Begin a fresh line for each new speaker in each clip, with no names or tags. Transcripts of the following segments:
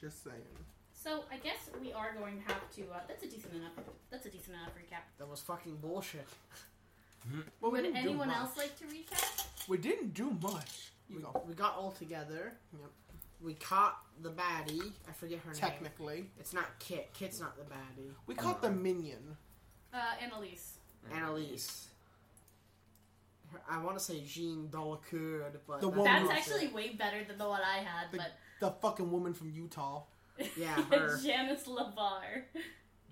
Just saying.
So I guess we are going to have to. Uh, that's a decent enough. That's a decent enough recap.
That was fucking bullshit.
Well, we
Would
didn't do
anyone
much.
else like to recap?
We didn't do much. You
We,
go.
we got all together.
Yep.
We caught the baddie. I forget her name.
Technically,
It's not Kit. Kit's not the baddie.
we caught the minion.
Uh, Annalise.
Annalise. Her, I want to say Jean Delacour, but
The
that's
one
That's
who-
not
actually
it.
way better than the one I had,
The-
but
The fucking woman from Utah.
Yeah, her.
Janice Lavar.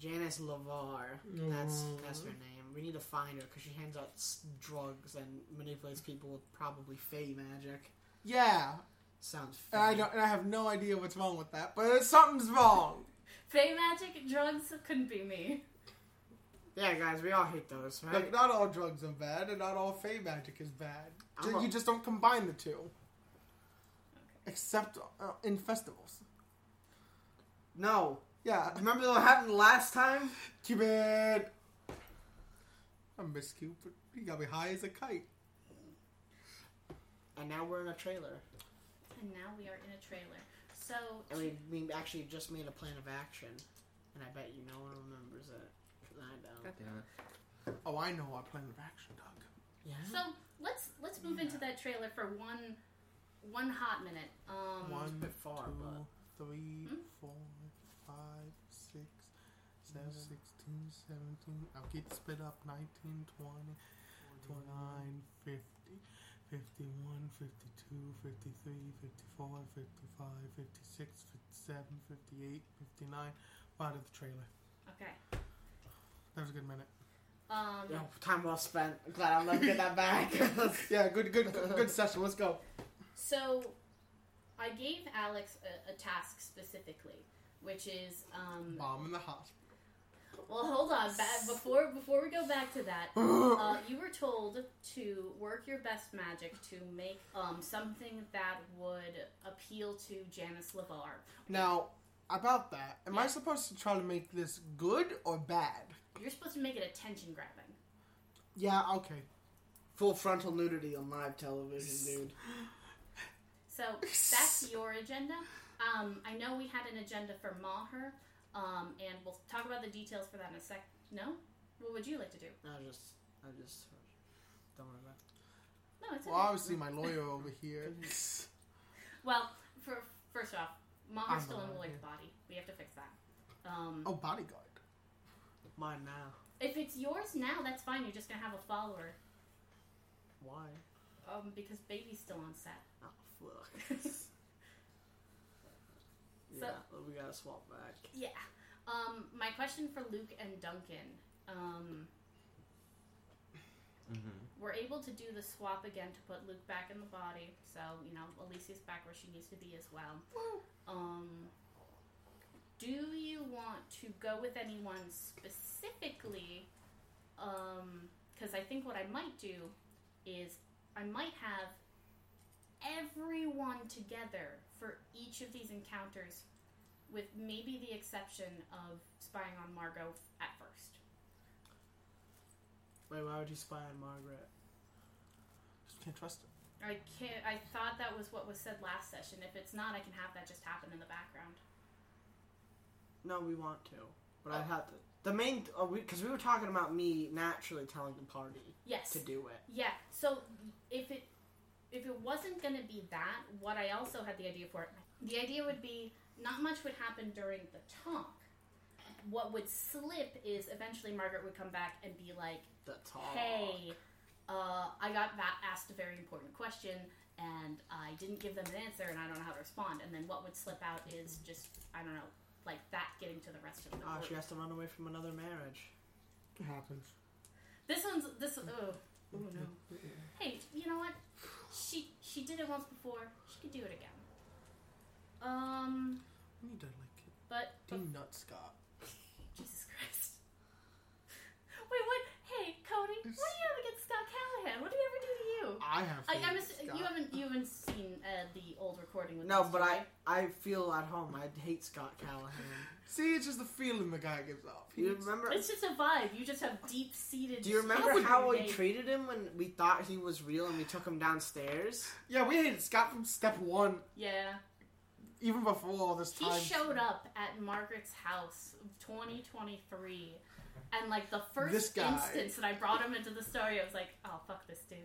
Janice Lavar. That's that's her name. We need to find her because she hands out s- drugs and manipulates people with probably fey magic.
Yeah,
Sounds. Fey.
and I don't. And I have no idea what's wrong with that, but something's wrong.
Fey magic drugs couldn't be me.
Yeah, guys, we all hate those, right?
Like, not all drugs are bad, and not all fey magic is bad.
I'm
Ju-
a-
you just don't combine the two. Except uh, in festivals.
No.
Yeah.
Remember what happened last time?
Cupid! I miss Cupid. He got me high as a kite.
And now we're in a trailer,
And now we are in a trailer. So
and we, we actually just made a plan of action, and I bet you no one remembers it. 'cause I don't.
God damn it.
Oh, I know our plan of action, Doug.
Yeah.
so let's let's move into that trailer for one one hot minute. Um
One,
bit far,
two,
but-
three,
Hmm?
four, five, six, seven,
Mm-hmm.
16, 17. I'll get split up 19, 20, 29,
Mm-hmm.
50, 51, 52, 53, 54, 55, 56, 57, 58, 59. We're out of the trailer.
Okay.
That was a good minute.
Um
Yeah, time well spent. I'm glad I'm not get that back.
Yeah, good, good, good, good session. Let's go.
So, I gave Alex a, a task specifically, which is um,
Mom in the hospital.
well, hold on. Ba- before before we go back to that, uh, you were told to work your best magic to make um, something that would appeal to Janice Lavar.
Now, about that, am I supposed to try to make this good or bad?
You're supposed to make it attention grabbing.
Yeah, okay.
Full frontal nudity on live television, dude.
So that's your agenda. Um, I know we had an agenda for Maher, um, and we'll talk about the details for that in a sec. No, what would you like to do?
I just, I just don't worry about. It.
No, it's
Well,
okay.
obviously, my lawyer over here.
Well, for first off, mom
I'm
is still in
alive,
Lloyd's
yeah.
body. We have to fix that. Um,
Oh, bodyguard.
Mine now.
If it's yours now, that's fine. You're just gonna have a follower.
Why?
Um, because baby's still on set.
Oh fuck.
So-
Yeah, we gotta swap back.
yeah. Um, my question for Luke and Duncan. Um,
Mm-hmm.
we're able to do the swap again to put Luke back in the body. So you know, Alicia's back where she needs to be as well. Um, do you want to go with anyone specifically? Because I think what I might do is I might have everyone together for each of these encounters, with maybe the exception of spying on Margot at first.
Wait, why would you spy on Margaret?
Just can't trust it.
I can't. I thought that was what was said last session. If it's not, I can have that just happen in the background.
No, we want to, but
Oh.
I'd have to. The main, because we, 'cause we were talking about me naturally telling the party
Yes.
to do it.
Yeah. So if it if it wasn't going to be that, what I also had the idea for the idea would be not much would happen during the talk. What would slip is eventually Margaret would come back and be like,
The talk.
"Hey, uh, I got that asked a very important question." And I didn't give them an answer, and I don't know how to respond. And then what would slip out is just I don't know, like that getting to the rest of the
Oh,
group.
she has to run away from another marriage.
It happens.
This one's this. Oh, oh no. Hey, you know what? She she did it once before. She could do it again. Um,
We need to like
but, but
D nut Scott.
Jesus Christ. Wait, what? Hey, Cody, what do you have against Scott Callahan? What did he ever do to you?
I have.
I,
faith
I'm
in
ass-
Scott.
you haven't you haven't seen uh, the old recording with
No,
us,
but I,
right?
I feel at home. I hate Scott Callahan.
See, it's just the feeling the guy gives off.
Do you
He's-
remember?
It's just a vibe. You just have deep seated.
Do you remember how we treated him when we thought he was real and we took him downstairs?
yeah, we hated Scott from step one.
Yeah.
even before all this
He
time.
showed up at Margaret's house 2023. And like the first
This guy.
instance that I brought him into the story, I was like, oh, fuck this dude.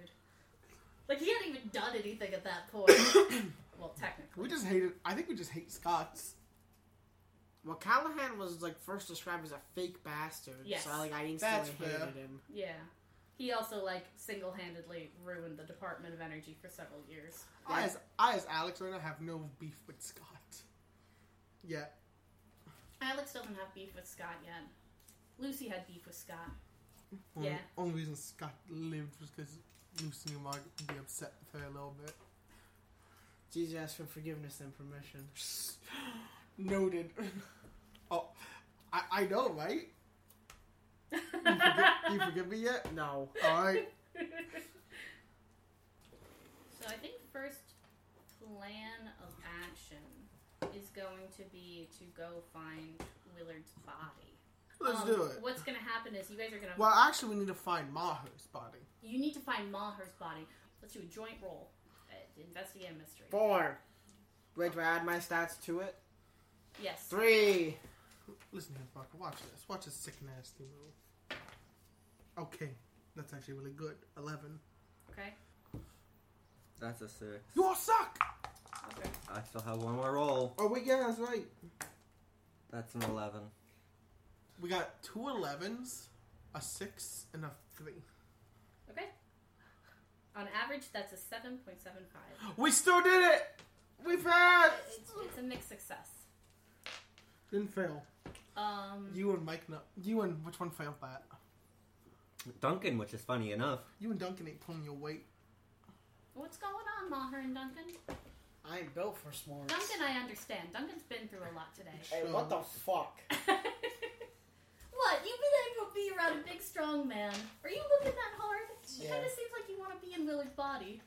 Like, he hadn't even done anything at that point. well, technically.
We just hated. I think we just hate Scots.
Well, Callahan was like first described as a fake bastard,
Yes.
so like I
That's
instantly
fair.
hated him.
Yeah. He also, like, single handedly ruined the Department of Energy for several years.
I, as I, as Alex right now, have no beef with Scott. Yeah,
Alex doesn't have beef with Scott yet. Lucy had beef with Scott.
Only-
Yeah.
Only reason Scott lived was because Lucy and Margaret would be upset with her a little bit.
Jesus asked for forgiveness and permission.
Noted. oh, I, I know, right? You forgive, you forgive me yet?
No.
All right.
so I think first plan of action is going to be to go find Willard's body.
Let's
Um,
do it.
What's going to happen is you guys are going to
Well, actually, we need to find Maher's body.
you need to find Maher's body. Let's do a joint roll. Uh, investigate a mystery.
Four. Wait, do I add my stats to it?
Yes.
Three.
Listen here, Parker. Watch this. Watch this sick, nasty move. Okay, that's actually really good. Eleven.
Okay.
That's a six.
You all suck.
Okay.
I still have one more roll.
Oh wait, yeah, that's right.
That's an eleven.
We got two 11s, a six, and a three.
Okay. On average, that's a seven point seven five.
We still did it. We passed.
It's, it's a mixed success.
Didn't fail.
Um.
You and Mike, no. You and which one failed that?
Duncan, which is funny enough.
You and Duncan ain't pulling your weight.
What's going on, Maher and Duncan?
I ain't built for s'mores.
Duncan, I understand. Duncan's been through a lot today.
Hey, what the fuck?
what? You've been able to be around a big, strong man. Are you looking that hard? It kind
Yeah.
of seems like you want to be in Willard's body.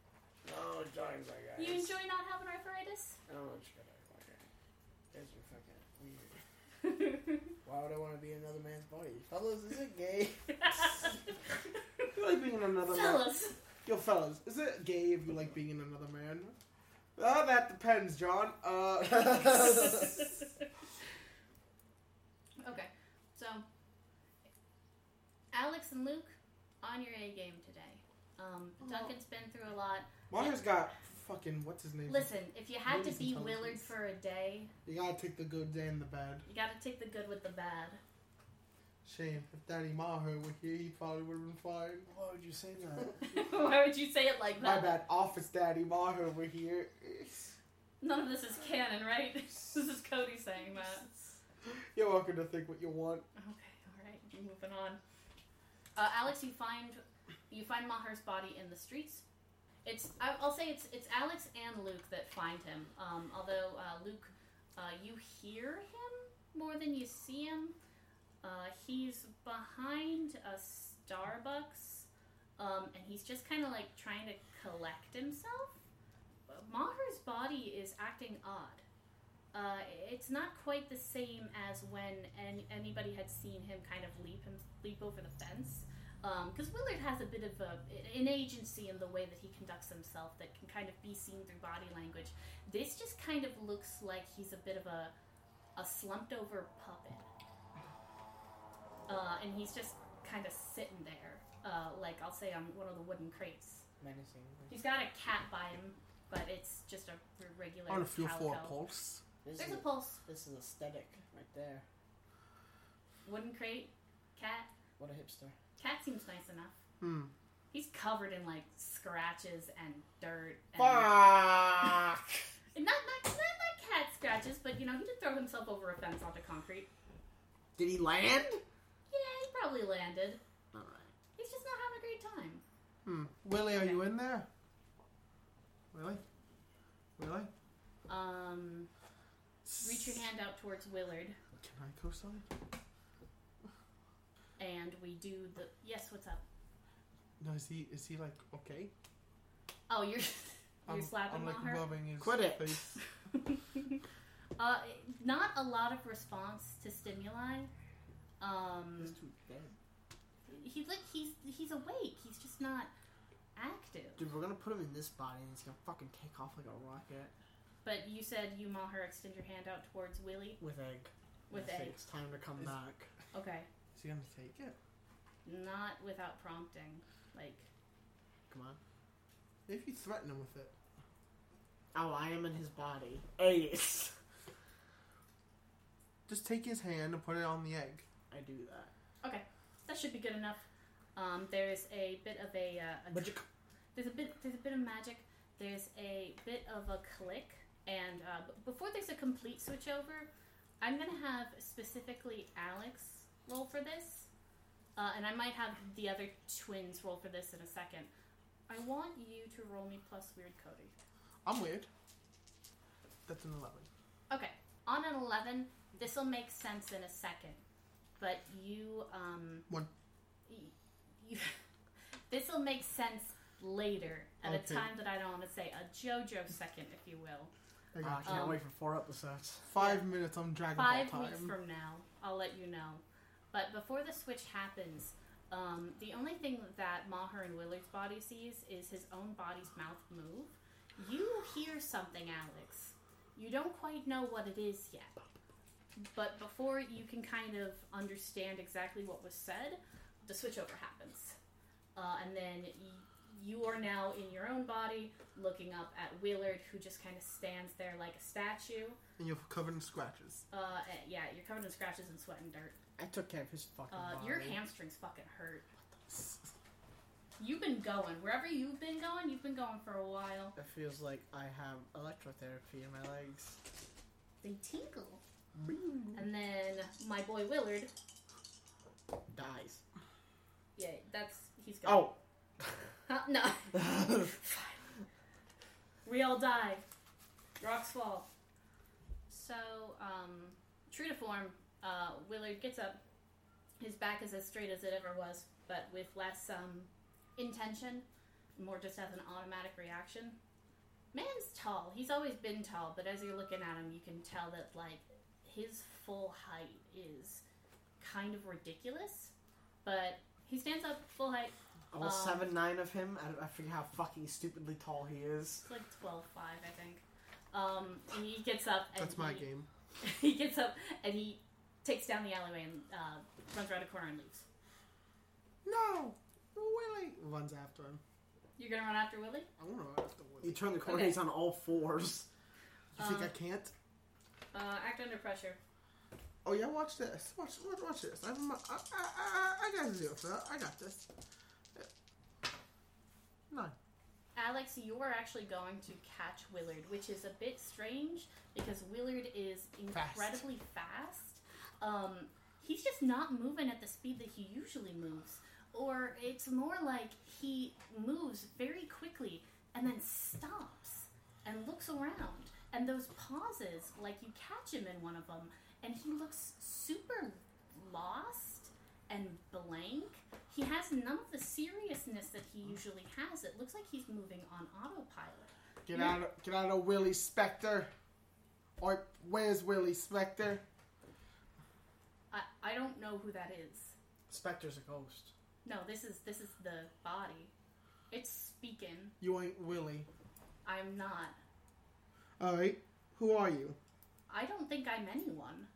Oh, join my guys.
You enjoy not having arthritis?
I don't want you to like Guys are fucking weird. Why would I want to be in another man's body? Fellas, is it gay?
You like being in another
Fellas,
Yo, fellas, is it gay if you like being in another man? Uh, that depends, John. Uh,
okay, so Alex and Luke on your A game today. Um, Duncan's been through a lot.
Mario's got fucking what's his name?
Listen, if you had to
Ladies and
be
fellas,
Willard
please.
for a day,
You gotta take the good and the bad.
you got to take the good with the bad.
Shame if Daddy Maher were here, he probably would have been fine.
Why would you say that?
Why would you say it like
My
that?
bad, Office Daddy Maher were here.
None of this is canon, right? this is Cody saying that.
You're welcome to think what you want.
Okay, all right. Moving on. Uh, Alex, you find you find Maher's body in the streets. It's I, I'll say it's it's Alex and Luke that find him. Um, although uh, Luke, uh, you hear him more than you see him. Uh, he's behind a Starbucks, um, and he's just kind of like trying to collect himself. But Maher's body is acting odd uh, it's not quite the same as when any, anybody had seen him kind of leap him, leap over the fence. Because Willard has a bit of a, an agency in the way that he conducts himself that can kind of be seen through body language. This just kind of looks like he's a bit of a, a slumped over puppet. Uh, and he's just kind of sitting there, uh, like I'll say on one of the wooden crates.
Menacing.
He's got a cat by him, but it's just a r- regular.
I want to feel for
calico.
a pulse.
This
There's
is,
a pulse.
this is aesthetic right there.
Wooden crate, cat.
What a hipster.
Cat seems nice enough.
Hmm.
He's covered in like scratches and dirt. And
Fuck!
And Not, not, not, not cat scratches, but you know, he did throw himself over a fence onto concrete.
Did he land?
Yeah, he probably landed.
Alright.
He's just not having a great time.
Hmm. Willie, are
Okay.
you in there? Willie? Willie?
Um, reach your hand out towards Willard,
Can I co-sign?
and we do the. Yes, what's up?
No, is he is he like okay?
Oh, you're you're
I'm,
slapping
I'm like
on her.
rubbing his
Quit it.
face.
uh, not a lot of response to stimuli. Um,
He's too dead.
he's like he's he's awake. He's just not active.
Dude, we're gonna put him in this body and he's gonna fucking take off like a rocket.
But you said you maw her, extend your hand out towards Willie
with egg.
with
I think
egg.
It's time to come
Is-
back.
Okay,
Is he gonna take it?
not without prompting. Like
Come on.
If you threaten him with it,
Oh, I am in his body. Ace.
just take his hand and put it on the egg.
I do that.
that should be good enough. Um, there is a bit of a, uh, a
But you
there's a bit there's a bit of magic there's a bit of a click and uh, b- before there's a complete switch over i'm going to have specifically alex roll for this uh, and i might have the other twins roll for this in a second i want you to roll me plus weird cody
I'm weird. That's an eleven.
okay on an 11 this will make sense in a second but you um
One.
y- you, this will make sense later at
Okay.
a time that i don't want to say a jojo second if you will
I
I
got you.
can't
Um,
wait for four episodes.
Five minutes. I'm Dragon
five
Ball time.
weeks from now i'll let you know but before the switch happens um, the only thing that maher and willard's body sees is his own body's mouth move you hear something alex you don't quite know what it is yet but before you can kind of understand exactly what was said the switchover happens uh, and then y- you are now in your own body looking up at willard who just kind of stands there like a statue
and you're covered in scratches.
uh, eh, yeah, you're covered in scratches and sweat and dirt.
I took care of his fucking
Uh,
body.
your hamstrings fucking hurt. You've been going wherever you've been going. You've been going for a while.
It feels like I have electrotherapy in my legs.
They tinkle. And then my boy Willard.
Dies.
Yeah, that's he's gone.
Oh.
Huh? no, we all die. Rocks fall. So, um, true to form, uh, Willard gets up. His back is as straight as it ever was, but with less um, intention, more just as an automatic reaction. Man's tall. He's always been tall, but as you're looking at him, you can tell that like his full height is kind of ridiculous. But he stands up full height.
All
Um,
seven nine of him. I, I forget how fucking stupidly tall he is.
It's like 12 5, I think. Um, and he gets up. And
That's my
he,
game.
He gets up and he takes down the alleyway and uh, runs around a corner and leaves.
No, Willie runs after him.
You're gonna run after Willie?
I want to run after
You
Willie.
turn the corner,
Okay.
he's on all fours.
You think
Um,
I can't?
Uh, act under pressure.
Oh yeah, watch this. Watch, watch, watch this. I'm, I, I, I, I got zero for that. I got this. Nine.
Alex, you are actually going to catch Willard, which is a bit strange because Willard is incredibly fast. Um, he's just not moving at the speed that he usually moves. Or it's more like he moves very quickly and then stops and looks around. And those pauses, like you catch him in one of them, and he looks super lost and blank. He has none of the seriousness that he usually has. It looks like he's moving on autopilot.
Get
No.
out! Of, get out of Willie Specter. Or where's Willie Specter?
I, I don't know who that is.
Spectre's a ghost.
No, this is this is the body. It's speaking.
You ain't Willie.
I'm not.
All right. Who are you?
I don't think I'm anyone.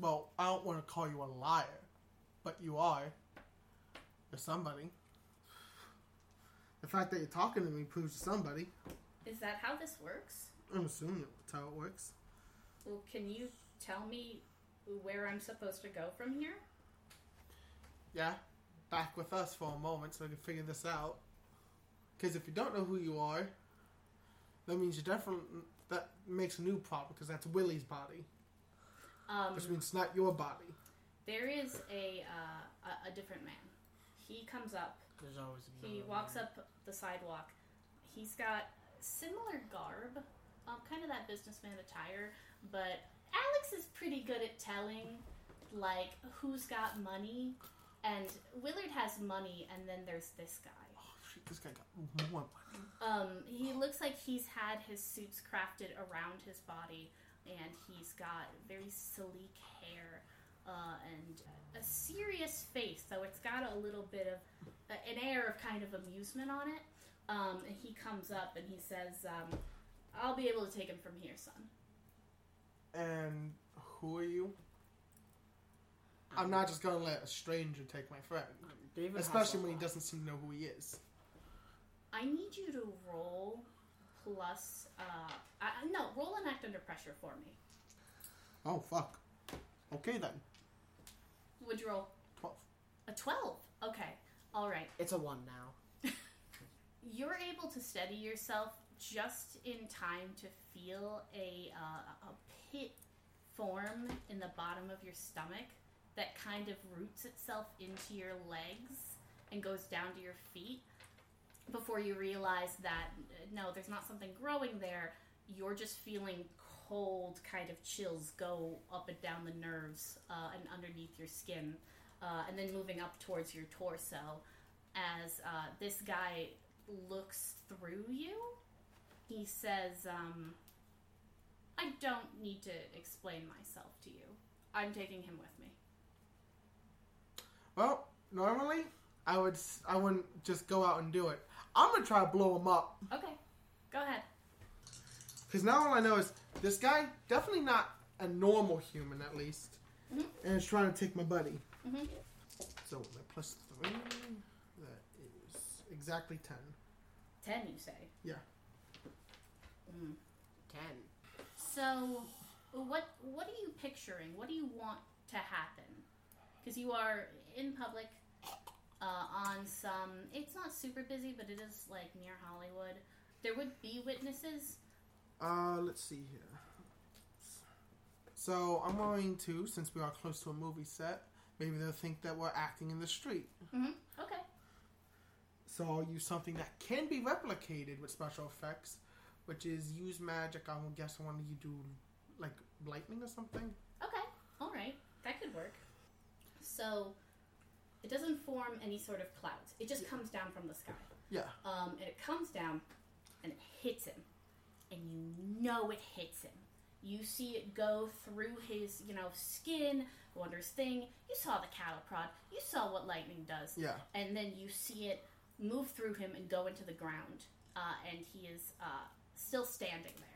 Well, I don't want to call you a liar, but you are. You're somebody. The fact that you're talking to me proves you're somebody.
Is that how this works?
I'm assuming that's how it works.
Well, can you tell me where I'm supposed to go from here?
Yeah, back with us for a moment so we can figure this out. Because if you don't know who you are, that means you definitely that makes a new problem because that's Willie's body,
Um,
which means it's not your body.
there is a, uh, a a different man. He comes up.
There's always a
He walks up the sidewalk. He's got similar garb, um, kind of that businessman attire, but Alex is pretty good at telling, like, who's got money. And Willard has money, and then there's this guy.
Oh shit, this guy got one.
Um, he looks like he's had his suits crafted around his body, and he's got very sleek hair uh, and a serious face. So it's got a little bit of a- an air of kind of amusement on it. Um, and he comes up and he says, um, I'll be able to take him from here, son.
And who are you? I'm not just gonna let a stranger take my friend,
David has
especially
a
when he
lot.
doesn't seem to know who he is.
I need you to roll plus. Uh, I, no, roll and act under pressure for me.
Oh fuck. Okay then.
Would you roll
Twelve.
a twelve? Okay, all right.
It's a one now.
You're able to steady yourself just in time to feel a uh, a pit form in the bottom of your stomach that kind of roots itself into your legs and goes down to your feet before you realize that uh, no, there's not something growing there. You're just feeling cold kind of chills go up and down the nerves uh, and underneath your skin, uh, and then moving up towards your torso as uh, this guy looks through you. He says, um, I don't need to explain myself to you. I'm taking him with me.
Well, normally I would s- I wouldn't just go out and do it. I'm gonna try to blow him up
Okay, go ahead.
because now all I know is this guy definitely not a normal human at least,
Mhm.
and is trying to take my buddy.
Mhm.
So with my plus three, that is exactly ten.
Ten, you say?
Yeah.
Mm.
Ten.
So, what what are you picturing? What do you want to happen? Because you are in public uh, on some. It's not super busy, but it is like near Hollywood. There would be witnesses.
Uh, let's see here. So I'm going to, since we are close to a movie set, maybe they'll think that we're acting in the street.
hmm Okay.
So I'll use something that can be replicated with special effects, which is use magic. I will guess one you do like lightning or something.
Okay, all right, that could work. So it doesn't form any sort of clouds. It just comes down from the sky.
Yeah.
Um, and it comes down and it hits him, and you know it hits him. You see it go through his, you know, skin, go under his thing. You saw the cattle prod. You saw what lightning does
Yeah.
and then you see it move through him and go into the ground, uh, and he is uh, still standing there.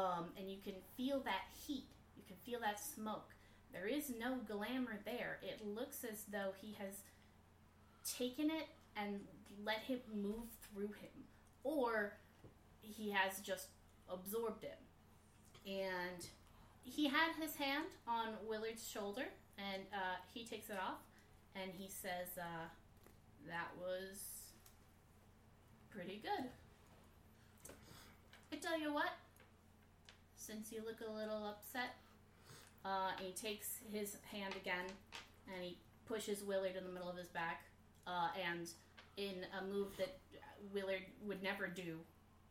Um, and you can feel that heat, you can feel that smoke. There is no glamour there. It looks as though he has taken it and let it move through him, or he has just absorbed it. And he had his hand on Willard's shoulder, and uh, he takes it off and he says uh, that was pretty good. I tell you what, since you look a little upset, uh, and he takes his hand again and he pushes Willard in the middle of his back, uh, and in a move that Willard would never do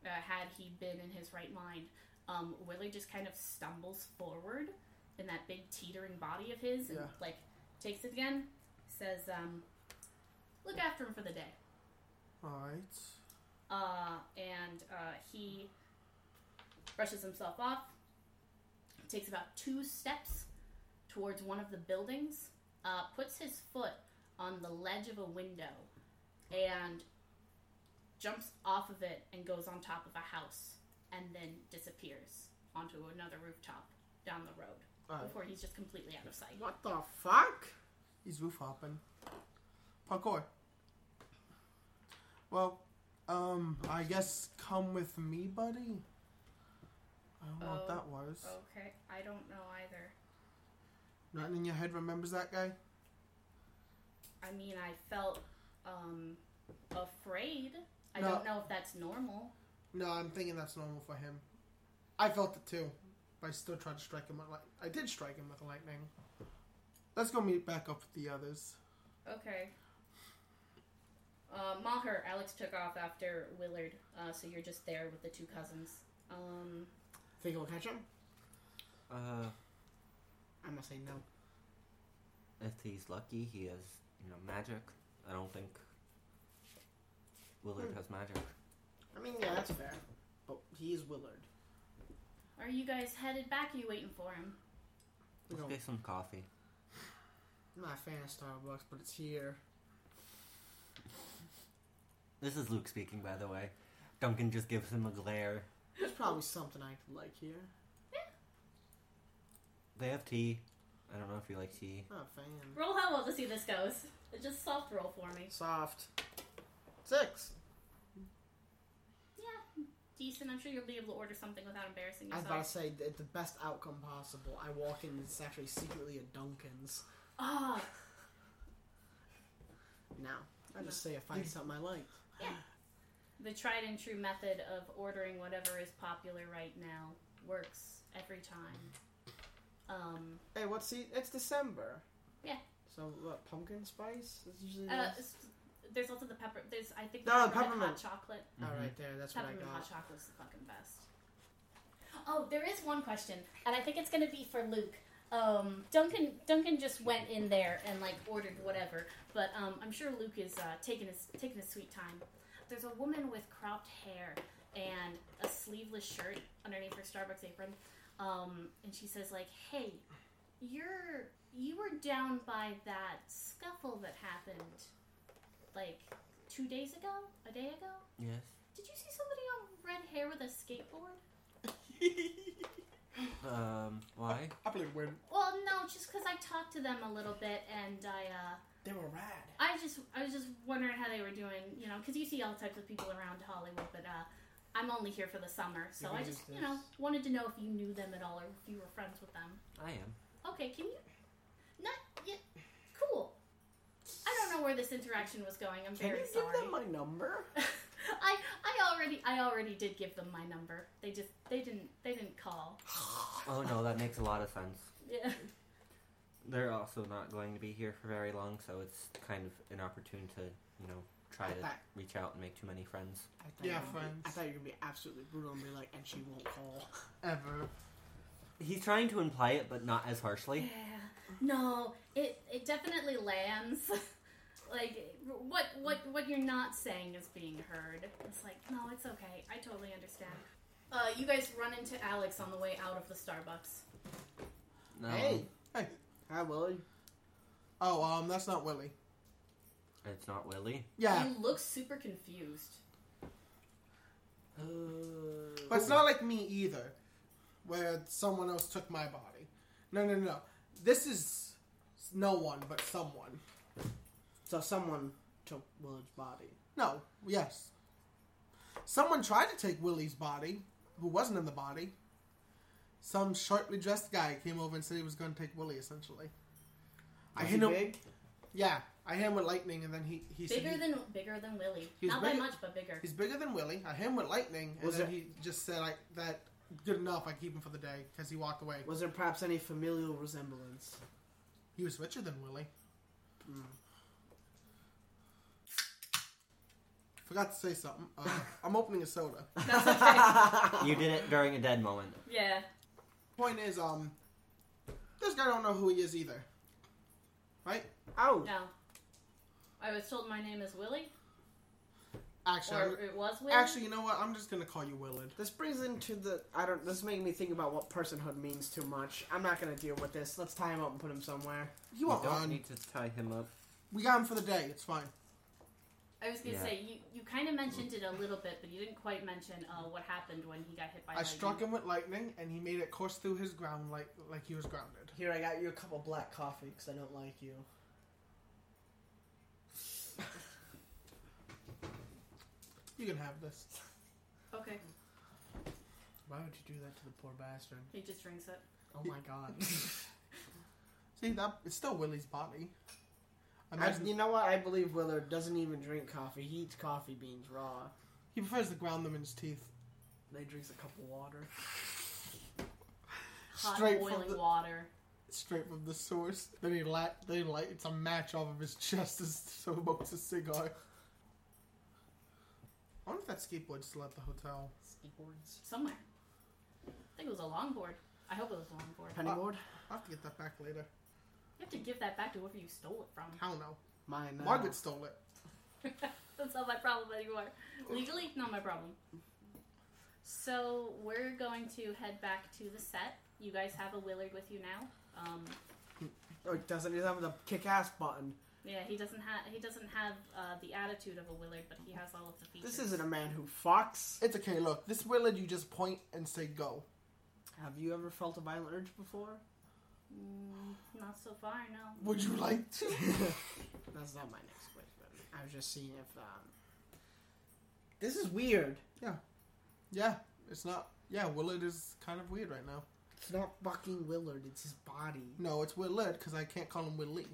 uh, had he been in his right mind, um, Willard just kind of stumbles forward in that big teetering body of his and
Yeah.
like takes it again says, um, look after him for the day.
All right.
Uh, and uh, he brushes himself off, takes about two steps towards one of the buildings, uh, puts his foot on the ledge of a window, and jumps off of it and goes on top of a house, and then disappears onto another rooftop down the road
All right.
before he's just completely out of sight.
What the fuck?
He's roof hopping. Parkour. Well, um, I guess come with me, buddy. I don't know what
Oh.
that was.
Okay, I don't know either.
Nothing in your head remembers that guy?
I mean, I felt um, afraid. I
No.
don't know if that's normal.
No, I'm thinking that's normal for him. I felt it too, but I still tried to strike him with light. I did strike him with lightning. Let's go meet back up with the others.
Okay. Uh, Maher, Alex took off after Willard, uh, so you're just there with the two cousins. Um,
Think we'll catch him?
Uh,
I'm gonna say no.
if he's lucky, he has you know magic. I don't think Willard
Hmm.
has magic.
I mean, yeah, that's fair. But he's Willard.
are you guys headed back? Are you waiting for him?
We
Let's
don't-
get some coffee.
I'm not a fan of Starbucks, but it's here.
This is Luke speaking, by the way. Duncan just gives him a glare.
There's probably something I could like here.
They have tea. I don't know if you like tea.
I'm not a fan.
Roll how well to see this goes. It's just soft roll for me.
Soft. Six.
Yeah, decent. I'm sure you'll be able to order something without embarrassing
I was about to
yourself.
say the, the best outcome possible. I walk in and it's actually secretly a Dunkin's.
Ah,
No. I just say I find something I like.
the tried and true method of ordering whatever is popular right now works every time. Um,
Hey, what's the? It's December.
Yeah.
So what? Pumpkin spice? That's usually.
uh,
nice.
s- there's also the pepper. There's I think
No,
the
peppermint.
hot chocolate.
Mhm.
All right, there. That's what I
Peppermint
got.
hot chocolate's the fucking best. Oh, there is one question, and I think it's gonna be for Luke. Um, Duncan Duncan just went in there and like ordered whatever, but um, I'm sure Luke is uh, taking his taking his sweet time. There's a woman with cropped hair and a sleeveless shirt underneath her Starbucks apron, um, and she says like, "Hey, you're you were down by that scuffle that happened like two days ago, a day ago."
Yes.
Did you see somebody on red hair with a skateboard?
Um, why?
I played when
Well, no, just because I talked to them a little bit, and I, uh,
They were rad.
I just, I was just wondering how they were doing, you know, because you see all types of people around Hollywood, but uh, I'm only here for the summer, so
Yeah,
I
who
just,
is
you know,
this?
wanted to know if you knew them at all or if you were friends with them.
I am.
Okay, can you? Not yet. Cool. I don't know where this interaction was going. I'm
Can
very
you
sorry.
give them my number?
I I already I already did give them my number. They just they didn't they didn't call.
Oh no, that makes a lot of sense.
Yeah.
They're also not going to be here for very long, so it's kind of inopportune to, you know, try
I
to
thought-
reach out and make too many friends.
I thought
Yeah,
you were gonna be- I
friends.
thought you were gonna be absolutely brutal and be like, and she won't call.
ever.
He's trying to imply it, but not as harshly.
Yeah. No, it it definitely lands. like what what what you're not saying is being heard. It's like, no, it's okay. I totally understand. Uh, you guys run into Alex on the way out of the Starbucks.
No.
Hey.
Hey.
Hi, Willie.
Oh, um, that's not Willie.
It's not Willie.
Yeah,
He looks super confused.
Uh,
but it's not like me either, where someone else took my body. No, no, no. This is no one but someone.
So someone took Willie's body.
No, yes. Someone tried to take Willie's body, who wasn't in the body. Some sharply dressed guy came over and said he was going to take Willie. Essentially, I
Was
hit
he
him.
big?
Yeah, I hit him with lightning, and then he he said
Bigger
he-
than bigger than Willie.
He's
Not by
bigger-
much, but bigger.
he's bigger than Willie. I hit him with lightning, and
Was
then
it-
he just said like that. Good enough. I keep him for the day because he walked away.
Was there perhaps any familial resemblance?
He was richer than Willie.
Mm.
Forgot to say something. Uh, I'm opening a soda.
That's okay.
You did it during a dead moment.
yeah.
Point is, um, this guy don't know who he is either. Right?
Oh,
No. I was told my name is Willie,
Actually,
or
I'm-
it was Willie.
actually, you know what? I'm just gonna call you Willard.
this brings into the I don't. This making me think about what personhood means too much. I'm not gonna deal with this. Let's tie him up and put him somewhere.
You
We
won't
don't
run.
need to tie him up.
We got him for the day. It's fine.
I was gonna
Yeah.
say you, you kind of mentioned it a little bit, but you didn't quite mention uh, what happened when he got hit by.
I struck him with lightning, and he made it course through his ground like like he was grounded.
Here, I got you a cup of black coffee because I don't like you.
You can have this.
Okay.
Why would you do that to the poor bastard?
He just drinks it.
Oh my god.
See that? It's still Willie's body.
I,
Imagine
you know what? I believe Willard doesn't even drink coffee. He eats coffee beans raw.
he prefers to ground them in his teeth.
Then he drinks a cup of water.
Hot
Straight from
boiling
the-
water.
straight from the source. Then he light, then he lights a match off of his chest and smokes a cigar. I wonder if that skateboard's still at the hotel.
Skateboards.
Somewhere. I think it was a longboard. I hope it was a longboard.
Pennyboard?
I'll have to get that back later.
You have to give that back to whoever you stole it from.
I don't know.
Mine. uh,
Margaret stole it.
That's not my problem anymore. Legally, not my problem. So we're going to head back to the set. You guys have a Willard with you now. Um,
Oh, it doesn't even have the kick ass button.
Yeah, he doesn't have he doesn't have uh, the attitude of a Willard, but he has all of the features.
This isn't a man who fucks.
It's okay. Look, this Willard, you just point and say go.
Have you ever felt a violent urge before?
Mm, not so far, no.
Would you like to?
That's not my next question. I was just seeing if um. This is weird.
yeah, it's not. Yeah, Willard is kind of weird right now.
It's not fucking Willard. It's his body.
No, it's Willard because I can't call him Willie.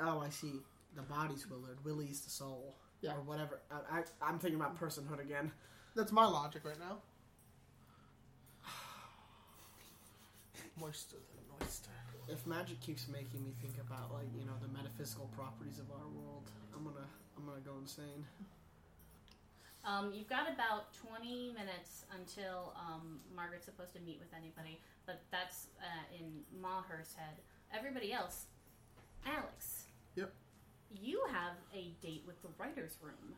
Oh, I see. The body's Willard. Willie's the soul.
Yeah.
Or whatever. I, I, I'm thinking about personhood again.
That's my logic right now. Moister than moister.
If magic keeps making me think about like you know the metaphysical properties of our world, I'm gonna I'm gonna go insane.
Um, you've got about twenty minutes until um, Margaret's supposed to meet with anybody, but that's uh, in Maher's head. Everybody else, Alex.
Yep.
You have a date with the writers' room.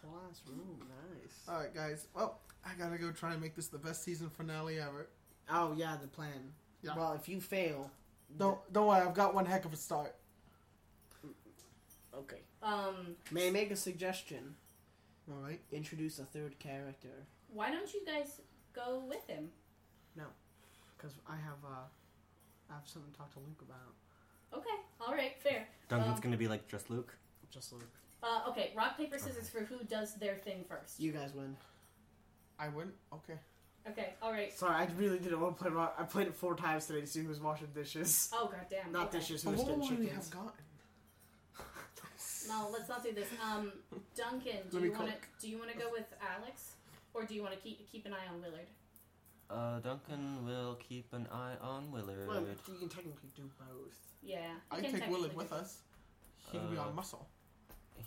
Class room, nice.
All right, guys. Well, I gotta go try and make this the best season finale ever.
Oh yeah, the plan.
Yeah.
Well, if you fail,
Don't don't worry. I've got one heck of a start.
okay.
Um,
May I make a suggestion?
All right.
Introduce a third character
why don't you guys go with him?
because I have uh, I have something to talk to Luke about.
Okay, all right, fair.
Duncan's
Um,
gonna be like just Luke.
Just Luke.
Uh, okay, rock paper scissors for who does their thing first.
You guys win.
I win. Okay.
Okay, all right.
Sorry, I really didn't want to play. Rock. I played it four times today to see who was washing dishes.
Oh goddamn.
Not
okay.
dishes. Who
But
was
what
getting
would we
chickens?
have gotten?
No, let's not do this. Um, Duncan, do
Let me
you want to
cook.
do you want to go with Alex, or do you want to keep keep an eye on Willard?
Uh, Duncan will keep an eye on Willard.
Well, you can technically do both.
Yeah,
I
you
can take Willard
technically
with
do-
us. He could be
Uh,
on muscle.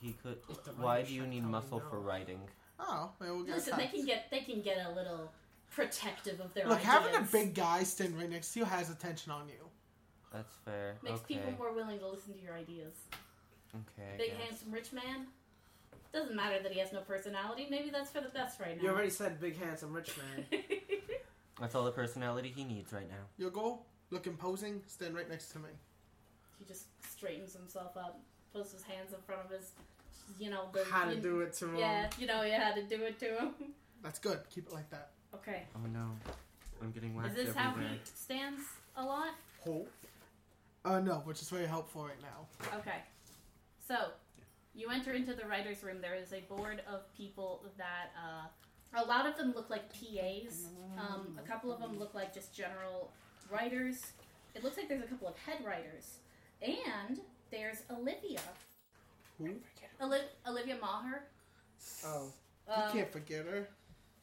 He could.
If the
Why
writer
do you
should
need
tell me
muscle
no.
for writing?
Oh, maybe we'll get
Listen,
a
they
cut.
can get they can get a little protective of their
Look,
ideas.
having a big guy stand right next to you has attention on you.
That's fair.
makes
okay.
people more willing to listen to your ideas.
okay. I
big
guess.
handsome rich man. Doesn't matter that he has no personality. Maybe that's for the best right now.
You already said big handsome rich man.
That's all the personality he needs right now.
Your goal? Look imposing. Stand right next to me.
he just straightens himself up, puts his hands in front of his, you know, the,
How to
you-
do it to him?
Yeah, you know, you had to do it to him.
That's good. Keep it like that.
Okay.
Oh no, I'm getting
Is
whacked
this how
everywhere.
he stands a lot?
Hole.
Uh, no, which is very helpful right now.
Okay. So, you enter into the writer's room. There is a board of people that, uh, a lot of them look like PAs. Um, a couple of them look like just general writers. It looks like there's a couple of head writers. And there's Olivia.
Who?
Oli- Olivia Maher.
Oh.
Um,
you can't forget her.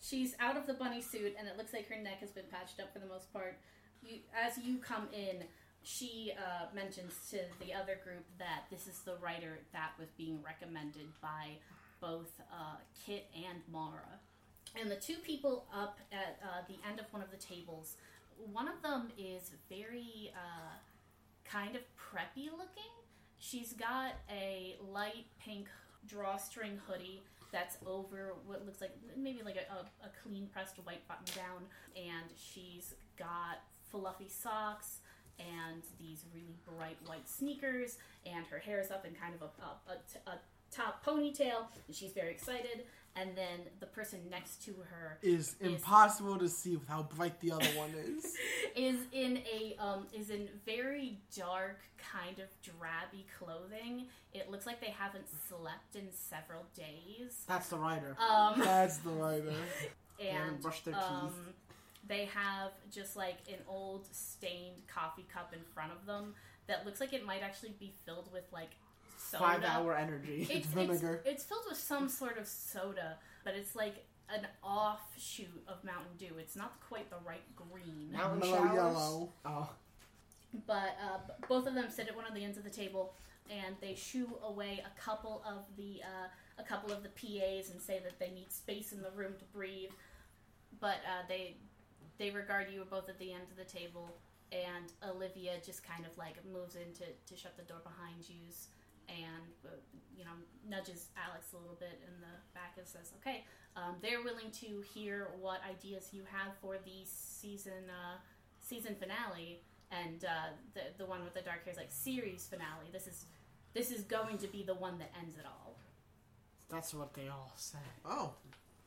She's out of the bunny suit, and it looks like her neck has been patched up for the most part. You, as you come in, she uh, mentions to the other group that this is the writer that was being recommended by both uh, Kit and Mara. And the two people up at uh, the end of one of the tables, one of them is very uh, kind of preppy looking. She's got a light pink drawstring hoodie that's over what looks like maybe like a, a, a clean pressed white button down and she's got fluffy socks and these really bright white sneakers and her hair is up in kind of a, a, a t- a top ponytail and she's very excited and then the person next to her
Is impossible to see with how bright the other one is.
is in a um, is in very dark kind of drabby clothing it looks like they haven't slept in several days
That's the writer.
um,
That's the writer.
They haven't
and
brushed their
um,
teeth.
they have just like an old stained coffee cup in front of them that looks like it might actually be filled with like soda.
Five hour energy.
it's,
vinegar.
It's, it's filled with some sort of soda, but it's like an offshoot of Mountain Dew. It's not quite the right green.
Mountain
Mellow
showers.
yellow.
Oh.
But uh, b- both of them sit at one of the ends of the table, and they shoo away a couple of the uh, a couple of the PAs and say that they need space in the room to breathe. But uh, they they regard you both at the end of the table, and Olivia just kind of like moves in to, to shut the door behind you, and uh, you know nudges Alex a little bit in the back and says, "Okay, um, they're willing to hear what ideas you have for the season uh, season finale." and uh, the the one with the dark hair is like series finale. This is This is going to be the one that ends it all.
That's what they all say.
Oh,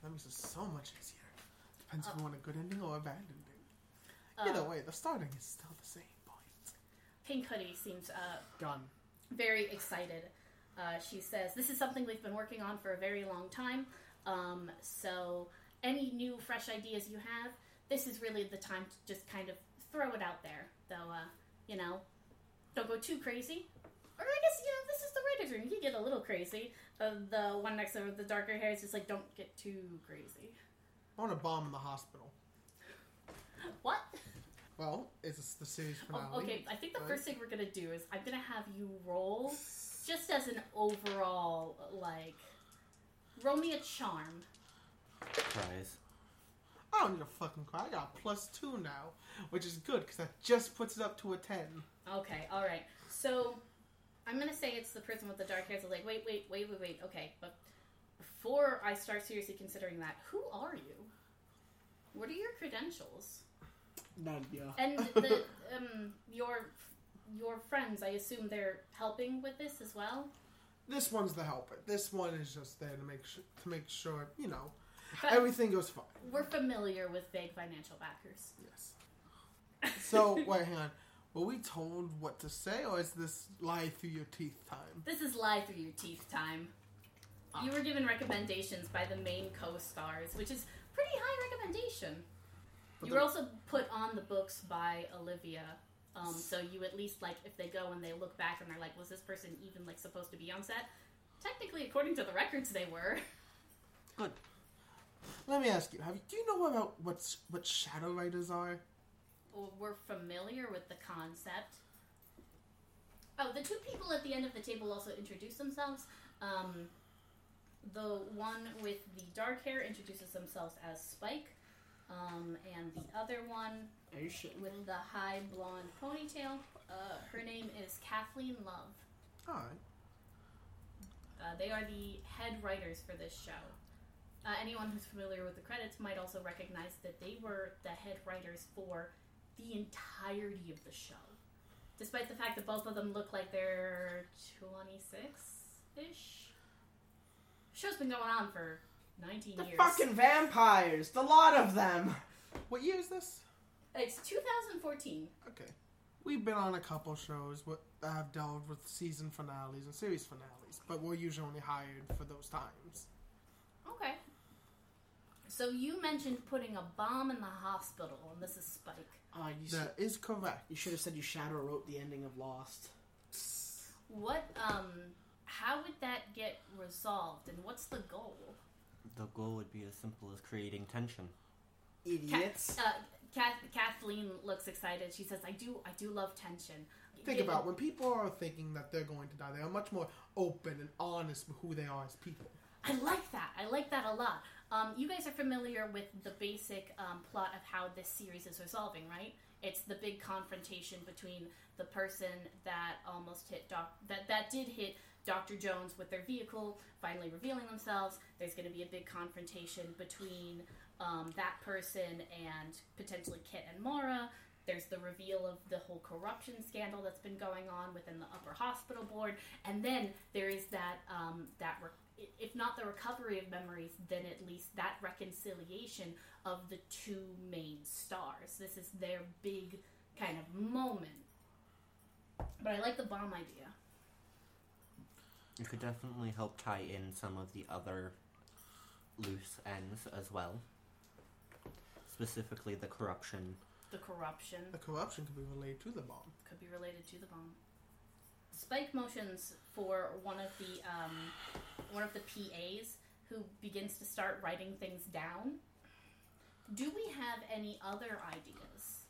that makes it so much easier. Depends if you want a good ending or a bad ending. Either
Uh,
way, the starting is still the same point.
Pink Hoodie seems uh,
Gun.
very excited. Uh, she says, This is something we've been working on for a very long time. Um, so, any new, fresh ideas you have, this is really the time to just kind of throw it out there. Though, uh, you know, don't go too crazy. Or I guess, you know, this is the writer's room. You can get a little crazy. Uh, the one next to her with the darker hair is just like, Don't get too crazy.
I want to bomb in the hospital.
What?
Well, it's the series
Oh,
finale.
okay, I think the
Right.
first thing we're gonna do is I'm gonna have you roll just as an overall like roll me a charm.
Prize.
I don't need a fucking cry. I got a plus two now, which is good because that just puts it up to a ten.
Okay, all right. So I'm gonna say it's the person with the dark hair. So like, wait, wait, wait, wait, wait. Okay, but before I start seriously considering that, who are you? What are your credentials?
None, yeah.
And the um your your friends, I assume they're helping with this as well.
This one's the helper. This one is just there to make sure to make sure you know everything goes fine.
We're familiar with vague financial backers.
Yes. So wait, hang on. Were we told what to say, or is this lie through your teeth time?
This is lie through your teeth time. You were given recommendations by the main co-stars, which is pretty high recommendation.
But
you were also put on the books by Olivia, um, so you at least like if they go and they look back and they're like, was this person even like supposed to be on set? Technically, according to the records, they were.
Let me ask you: Have you, do you know about what's what shadow writers are?
Or were familiar with the concept. Oh, the two people at the end of the table also introduce themselves. Um, the one with the dark hair introduces themselves as Spike, um, and the other one
Are you shitting me?
with the high blonde ponytail, uh, her name is Kathleen Love.
All right.
Uh, they are the head writers for this show. Uh, anyone who's familiar with the credits might also recognize that they were the head writers for the entirety of the show. Despite the fact that both of them look like they're 26 ish. Show's been going on for 19
The
years.
fucking vampires! The lot of them!
What year is this?
It's 2014.
Okay. We've been on a couple shows what- that have dealt with season finales and series finales, but we're usually only hired for those times.
Okay. So you mentioned putting a bomb in the hospital, and this is Spike.
Uh, you, s-
That is correct.
you should have said you shadow wrote the ending of Lost.
What, um, how would that get resolved, and what's the goal?
The goal would be as simple as creating tension.
Idiots.
Uh, Kath- Kathleen looks excited. She says, "I do, I do love tension."
Think about when people are thinking that they're going to die, they are much more open and honest with who they are as people.
I like that. I like that a lot. Um, you guys are familiar with the basic um, plot of how this series is resolving, right? It's the big confrontation between the person that almost hit doc- that that did hit Dr. Jones with their vehicle, finally revealing themselves. There's going to be a big confrontation between um, that person and potentially Kit and Mara. There's the reveal of the whole corruption scandal that's been going on within the upper hospital board, and then there is that um, that re- if not the recovery of memories, then at least that reconciliation of the two main stars. This is their big kind of moment. But I like the bomb idea.
You could definitely help tie in some of the other loose ends as well. Specifically, the corruption.
The corruption
The corruption could be related to the bomb.
could be related to the bomb. Spike motions for one of the um, one of the PAs who begins to start writing things down. Do we have any other ideas?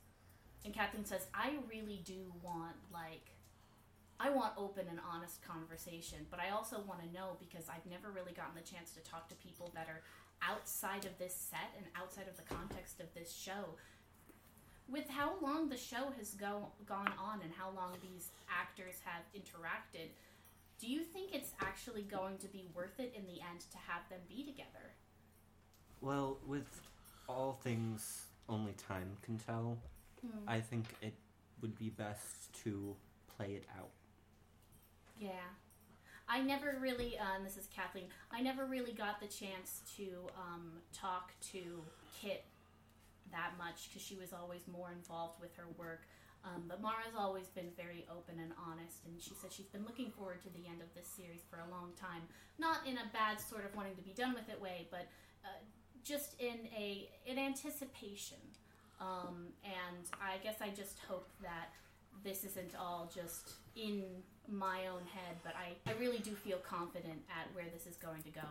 And Kathleen says, "I really do want like." I want open and honest conversation, but I also want to know because I've never really gotten the chance to talk to people that are outside of this set and outside of the context of this show. With how long the show has go, gone on and how long these actors have interacted, do you think it's actually going to be worth it in the end to have them be together?
Well, with all things only time can tell,
Hmm.
I think it would be best to play it out.
Yeah. I never really, uh, and this is Kathleen, I never really got the chance to um, talk to Kit that much because she was always more involved with her work. Um, but Mara's always been very open and honest, and she said she's been looking forward to the end of this series for a long time. Not in a bad sort of wanting to be done with it way, but uh, just in a in anticipation. Um, and I guess I just hope that this isn't all just in my own head, but I, I really do feel confident at where this is going to go.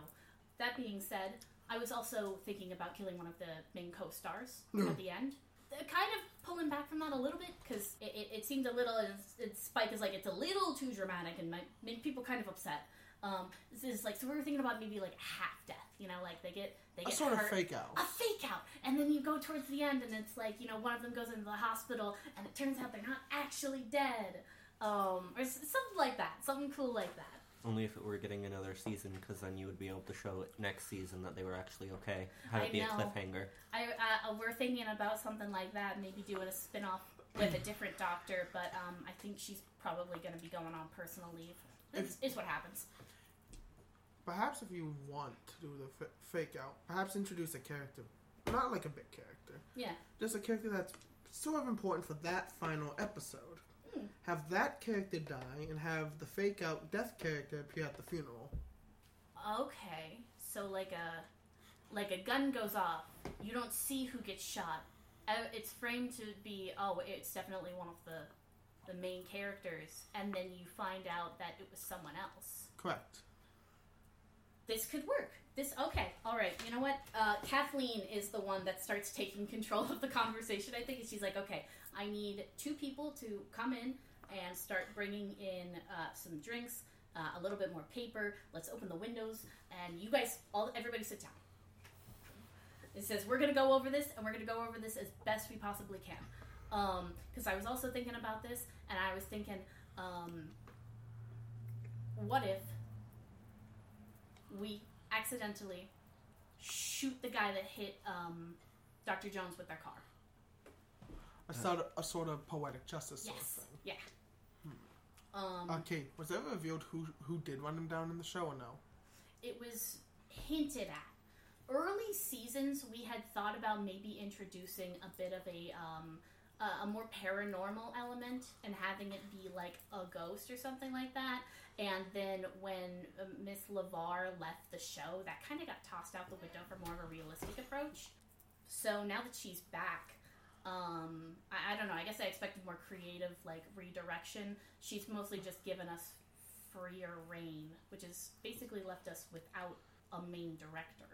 That being said, I was also thinking about killing one of the main co stars
Mm.
at the end. Uh, Kind of pulling back from that a little bit because it, it, it seemed a little, it's- it's, Spike is like, it's a little too dramatic and might make people kind of upset. Um, this is like, so we were thinking about maybe like half death, you know, like they get, they
A
get
sort of
hurt Ah.
fake out.
a fake out and then you go towards the end and it's like you know one of them goes into the hospital and it turns out they're not actually dead um, or s- something like that something cool like that
Only if it were getting another season, because then you would be able to show it next season that they were actually okay. Have
I
it be
know.
a cliffhanger.
I, uh, we're thinking about something like that maybe doing a spin-off with a different doctor but um, i think she's probably going to be going on personal leave it's, it's what happens
Perhaps if you want to do the f- fake out, perhaps introduce a character, not like a big character,
yeah
just a character that's sort of important for that final episode.
Hmm.
Have that character die and have the fake out death character appear at the funeral.
okay so like a like a gun goes off you don't see who gets shot Uh, it's framed to be oh it's definitely one of the the main characters and then you find out that it was someone else
Correct.
this could work this okay all right you know what uh, kathleen is the one that starts taking control of the conversation i think and she's like okay i need two people to come in and start bringing in uh, some drinks uh, a little bit more paper let's open the windows and you guys all everybody sit down it says we're gonna go over this and we're gonna go over this as best we possibly can because i was also thinking about this and i was thinking um, what if we accidentally shoot the guy that hit um, dr jones with their car
A sort of, a sort of poetic justice sort of
yes
thing.
yeah um,
Uh,
Okay, was ever revealed who who did run him down in the show or no?
it was hinted at. Early seasons, we had thought about maybe introducing a bit of a um, a, a more paranormal element and having it be like a ghost or something like that. And then when uh, Miss Lavar left the show, that kind of got tossed out the window for more of a realistic approach. So now that she's back, um, I, I don't know. I guess I expected more creative like redirection. She's mostly just given us freer reign, which has basically left us without a main director.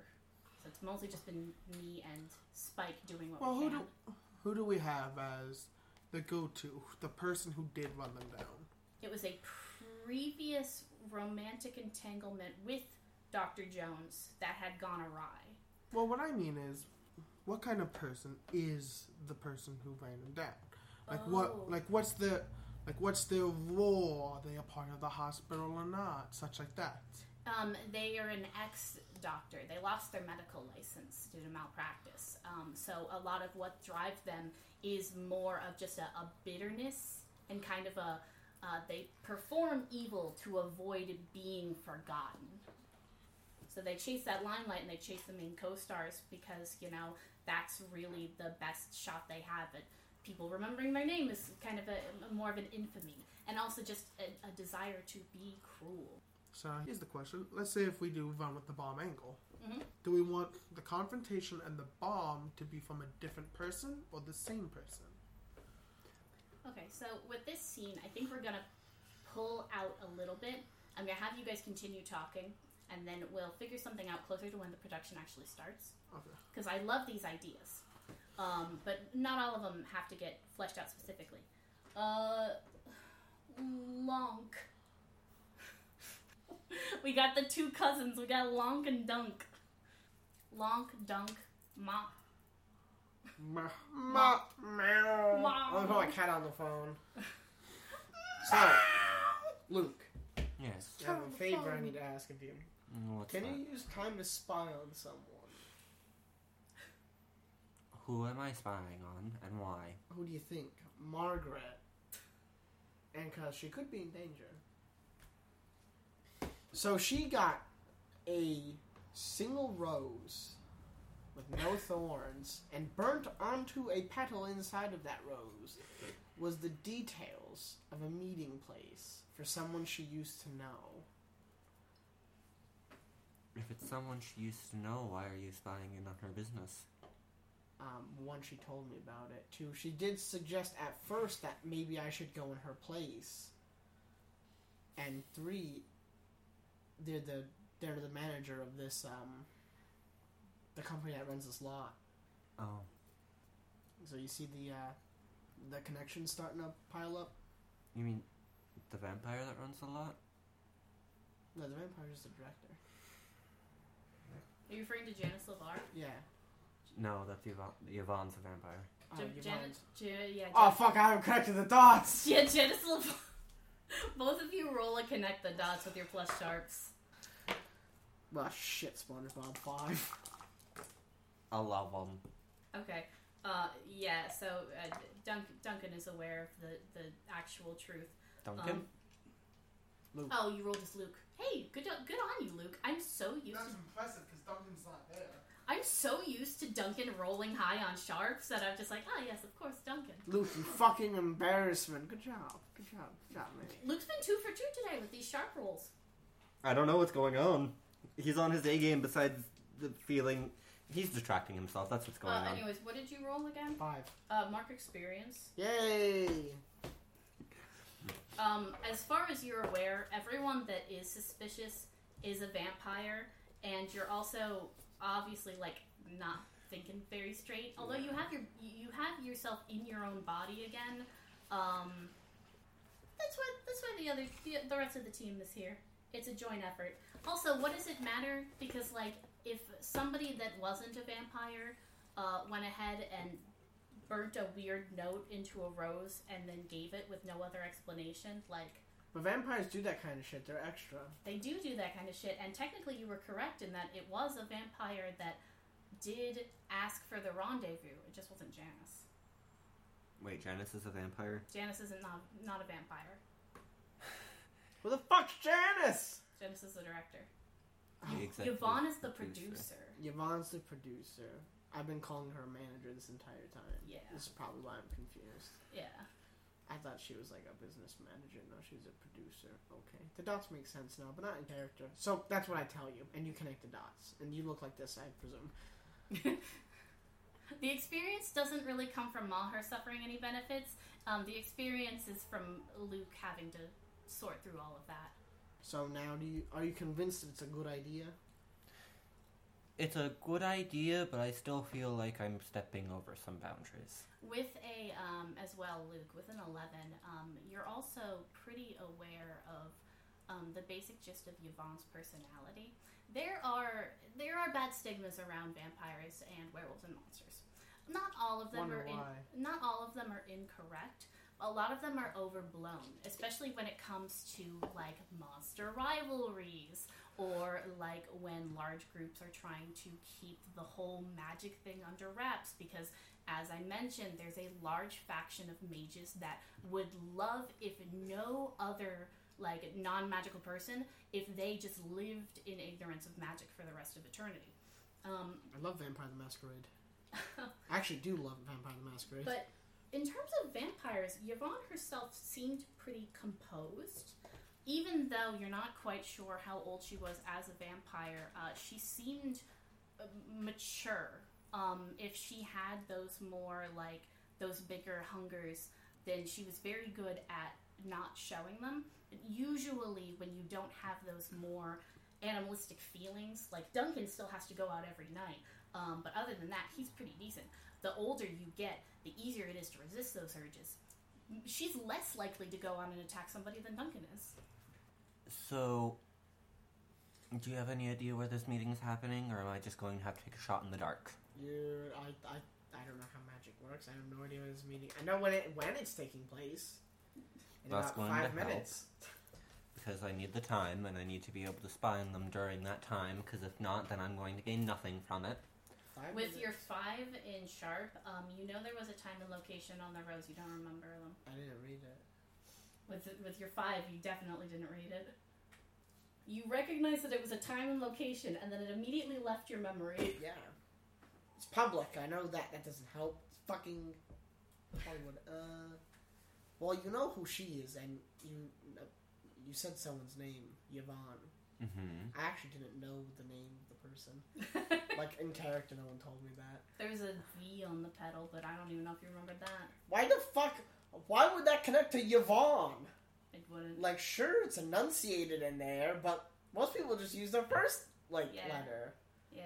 So it's mostly just been me and Spike doing what
Well,
we
who
can.
do who do we have as the go-to, the person who did run them down?
It was a previous romantic entanglement with Dr. Jones that had gone awry.
Well, what I mean is, what kind of person is the person who ran him down? Like
Oh.
what? Like what's the? Like what's their role? Are they a part of the hospital or not? Such like that.
Um, they are an ex doctor. They lost their medical license due to malpractice. Um, so a lot of what drives them is more of just a, a bitterness and kind of a uh, they perform evil to avoid being forgotten. So they chase that limelight and they chase the main co-stars because you know that's really the best shot they have at people remembering their name is kind of a, a more of an infamy and also just a, a desire to be cruel.
So here's the question: Let's say if we do run with the bomb angle,
Mm-hmm.
Mhm.
do we want the confrontation and the bomb to be from a different person or the same person?
Okay, so with this scene, I think we're gonna pull out a little bit. I'm gonna have you guys continue talking, and then we'll figure something out closer to when the production actually starts.
Okay.
Because I love these ideas, um, but not all of them have to get fleshed out specifically. Uh, Lonk. we got the two cousins. We got Lonk and Dunk. Lonk, Dunk, Mop.
Ma-
Ma-
Meow.
I'm gonna put my cat on the phone. So, Luke,
Yes.
I have a favor I need to ask of you.
Mm, What's
Can
that?
you use time to spy on someone?
Who am I spying on and why?
Who do you think? Margaret. And because she could be in danger. So she got a single rose with no thorns, and burnt onto a petal inside of that rose was the details of a meeting place for someone she used to know.
If it's someone she used to know, why are you spying in on her business?
um, one, she told me about it. Two, she did suggest at first that maybe I should go in her place. And three, they're the they're the manager of this um, the company that runs this lot.
Oh,
So you see the uh, the connections starting to pile up.
you mean the vampire that runs the lot?
No, the vampire's just the director.
Are you referring to Janice LeVar?
Yeah.
No, that's Yvonne. Yvonne's a vampire.
Oh,
Jan-
you
Jan-
won't.
Jan- yeah,
oh
Jan-
fuck! I haven't connected the dots.
Yeah, Janice LeVar. Both of you roll a connect the dots with your plus sharps.
Well, shit, SpongeBob five.
I love them.
Okay. Uh, yeah, so uh, Dunk- Duncan is aware of the, the actual truth.
Duncan?
Um,
Luke.
Oh, you rolled as Luke. Hey, good good on you, Luke. I'm so used to
That's impressive because Duncan's not there.
I'm so used to Duncan rolling high on sharps that I'm just like, ah, yes, of course, Duncan.
Luke, you fucking embarrassment. Good job. Good job. Good job, man.
Luke's been two for two today with these sharp rolls.
I don't know what's going on. He's on his A game besides the feeling. He's distracting himself. That's what's going
Uh,
on.
anyways, what did you roll again?
Five.
Uh, mark experience.
Yay!
Um, as far as you're aware, everyone that is suspicious is a vampire, and you're also obviously like not thinking very straight. Although you have your you have yourself in your own body again. Um, that's what that's why the other the, the rest of the team is here. It's a joint effort. Also, what does it matter? Because like if somebody that wasn't a vampire uh, went ahead and burnt a weird note into a rose and then gave it with no other explanation. Like,
But vampires do that kind of shit. They're extra.
they do do that kind of shit, and technically you were correct in that it was a vampire that did ask for the rendezvous. It just wasn't Janice.
Wait, Janice is a vampire?
Janice isn't not, not a vampire.
Who the fuck's Janice?
Janice is the director.
The executive
Oh, Yvonne is the producer.
Yvonne's the producer. I've been calling her manager this entire time.
Yeah.
This is probably why I'm confused.
Yeah.
I thought she was like a business manager. No, she's a producer. Okay. The dots make sense now, but not in character. So that's what I tell you. And you connect the dots. And you look like this, I presume.
The experience doesn't really come from Maher suffering any benefits. Um, the experience is from Luke having to sort through all of that.
So now do you are you convinced that it's a good idea?
It's a good idea, but I still feel like I'm stepping over some boundaries.
With a, um, as well, Luke, with an 11, um, you're also pretty aware of um, the basic gist of Yvonne's personality. There are there are bad stigmas around vampires and werewolves and monsters. Not all of them
Wonder
are in,
why.
not all of them are incorrect. A lot of them are overblown, especially when it comes to like monster rivalries or like when large groups are trying to keep the whole magic thing under wraps because as I mentioned, there's a large faction of mages that would love if no other like non-magical person if they just lived in ignorance of magic for the rest of eternity. Um,
I love Vampire the Masquerade. I actually do love Vampire the Masquerade.
But in terms of vampires, Yvonne herself seemed pretty composed. Even though you're not quite sure how old she was as a vampire, uh, she seemed uh, mature. Um, if she had those more like those bigger hungers, then she was very good at not showing them. Usually, when you don't have those more animalistic feelings, like Duncan still has to go out every night, um, but other than that, he's pretty decent. The older you get, the easier it is to resist those urges. She's less likely to go on and attack somebody than Duncan is.
So, do you have any idea where this meeting is happening, or am I just going to have to take a shot in the dark?
You're, I, I, I don't know how magic works. I have no idea what this meeting. I know when it when it's taking place. In
That's
about
going
five
to help.
minutes.
Because I need the time, and I need to be able to spy on them during that time, because if not, then I'm going to gain nothing from it.
Five
With your
minutes.
five in sharp, um, you know there was a time and location on the rose. You don't remember them.
I didn't read it.
With with your five, you definitely didn't read it. You recognize that it was a time and location, and then it immediately left your memory.
Yeah. It's public. I know that. That doesn't help. It's fucking Hollywood. Uh, well, you know who she is, and you uh, you said someone's name, Yvonne.
Mm-hmm.
I actually didn't know the name of the person. Like in character, no one told me that.
There's a V on the pedal, but I don't even know if you remembered that.
Why the fuck? Why would that connect to Yvonne?
It wouldn't.
Like, sure, it's enunciated in there, but most people just use their first like
Yeah.
letter.
Yeah.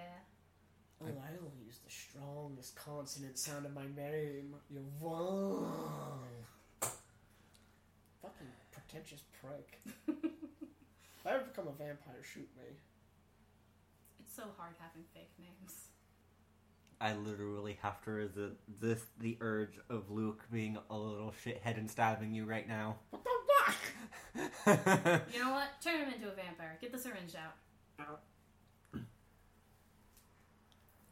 Oh, I only use the strongest consonant sound of my name. You're wrong. Fucking pretentious prick. If I ever become a vampire, shoot me.
it's so hard having fake names.
I literally have to resist this the urge of Luke being a little shithead and stabbing you right now.
What the fuck?
You know what? Turn him into a vampire. Get the syringe out.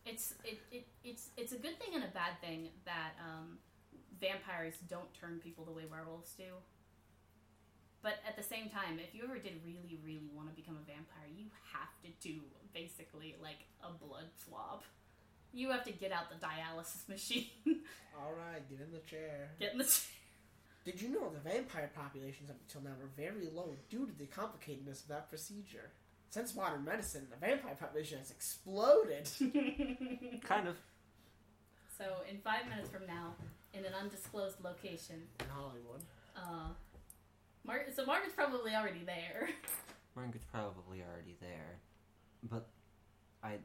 It's it, it it's it's a good thing and a bad thing that um, vampires don't turn people the way werewolves do. But at the same time, if you ever did really, really want to become a vampire, you have to do basically like a blood swab. You have to get out the dialysis machine,
Alright, get in the chair.
get in the.
Did you know the vampire populations up until now were very low due to the complicatedness of that procedure? Since modern medicine, the vampire population has exploded.
kind of.
so in five minutes from now, in an undisclosed location,
In Hollywood.
Uh, Mar- so Margaret's probably already there.
Margaret's probably already there, but I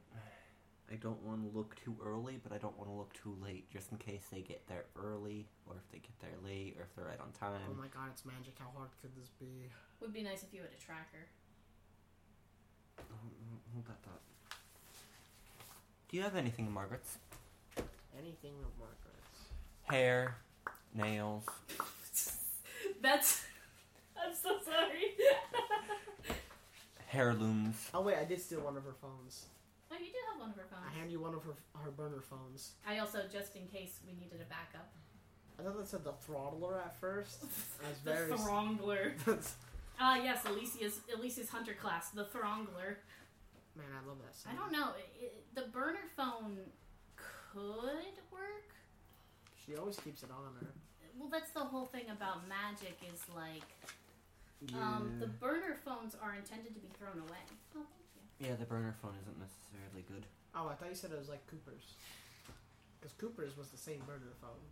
I don't want to look too early, but I don't want to look too late, just in case they get there early, or if they get there late, or if they're right on
Oh
time.
my god, it's magic. How hard could this be?
Would be nice if you had a tracker.
Um, Hold that thought. Do you have anything, Margaret's?
Anything with Margaret's.
Hair, nails.
That's. I'm so sorry.
heirlooms.
Oh wait, I did steal one of her phones.
oh, you did have one of her
I
phones.
hand you one of her her burner phones.
I also, just in case we needed a backup,
I thought that said the throttler at first. I was
the
very.
Throngler.
s-
Ah, yes, Alicia's Alicia's hunter class, the Throngler.
Man, I love that. Song.
I don't know. i i the burner phone could work.
She always keeps it on her.
Well, that's the whole thing about magic is like um, the burner phones are intended to be thrown away. Oh, thank you.
Yeah, the burner phone isn't necessarily good.
Oh, I thought you said it was like Cooper's. Because Cooper's was the same burner phone.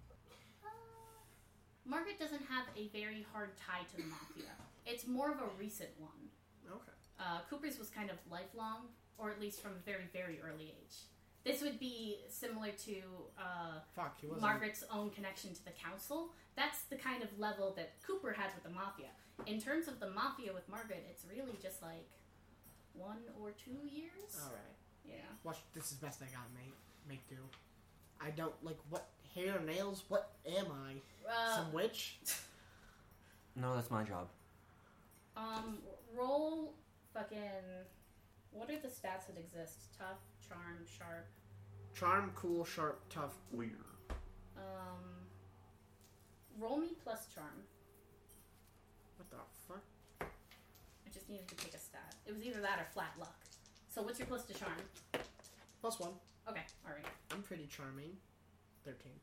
Uh, Margaret doesn't have a very hard tie to the mafia. It's more of a recent one.
Okay.
Uh, Cooper's was kind of lifelong, or at least from a very, very early age. This would be similar to uh,
Fuck, he wasn't.
Margaret's own connection to the council. That's the kind of level that Cooper has with the mafia. In terms of the mafia with Margaret, it's really just like one or two years.
All right.
Yeah.
Watch. This is best I got, mate. Make do. I don't like what hair nails. What am I?
Uh,
Some witch.
No, that's my job.
Um, roll fucking. What are the stats that exist? Tough, charm, sharp.
Charm, cool, sharp, tough.
Weird.
Um, roll me plus charm.
What the fuck?
I just needed to pick a stat. It was either that or flat luck. So what's your plus to charm?
Plus one.
Okay, all right.
I'm pretty charming. Thirteen.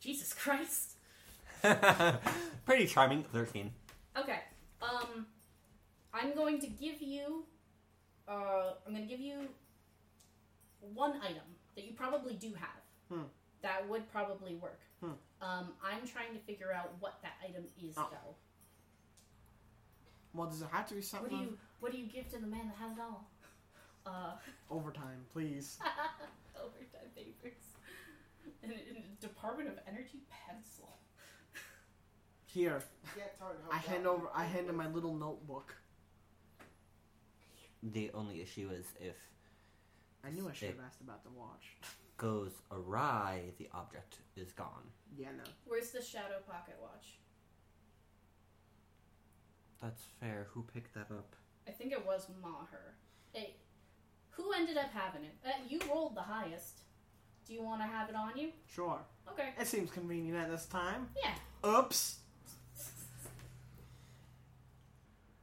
Jesus Christ.
Pretty charming. Thirteen.
Okay. Um, I'm going to give you. Uh, I'm going to give you one item that you probably do have.
Hmm.
That would probably work.
Hmm.
Um, I'm trying to figure out what that item is,
Oh.
though.
Well, does it have to be
What
something
do you What do you give to the man that has it all? Uh,
overtime, please?
overtime papers. And, and Department of Energy pencil.
Here,
Get tired of
I hand over. I hand him my little notebook.
The only issue is if
I knew I should have
Hey.
asked about the watch.
goes awry, the object is gone.
Yeah, no.
Where's the shadow pocket watch?
That's fair. Who picked that up?
I think it was Maher. It, who ended up having it? Uh, you rolled the highest. Do you want to have it on you?
Sure,
Okay.
it seems convenient at this time.
Yeah.
Oops.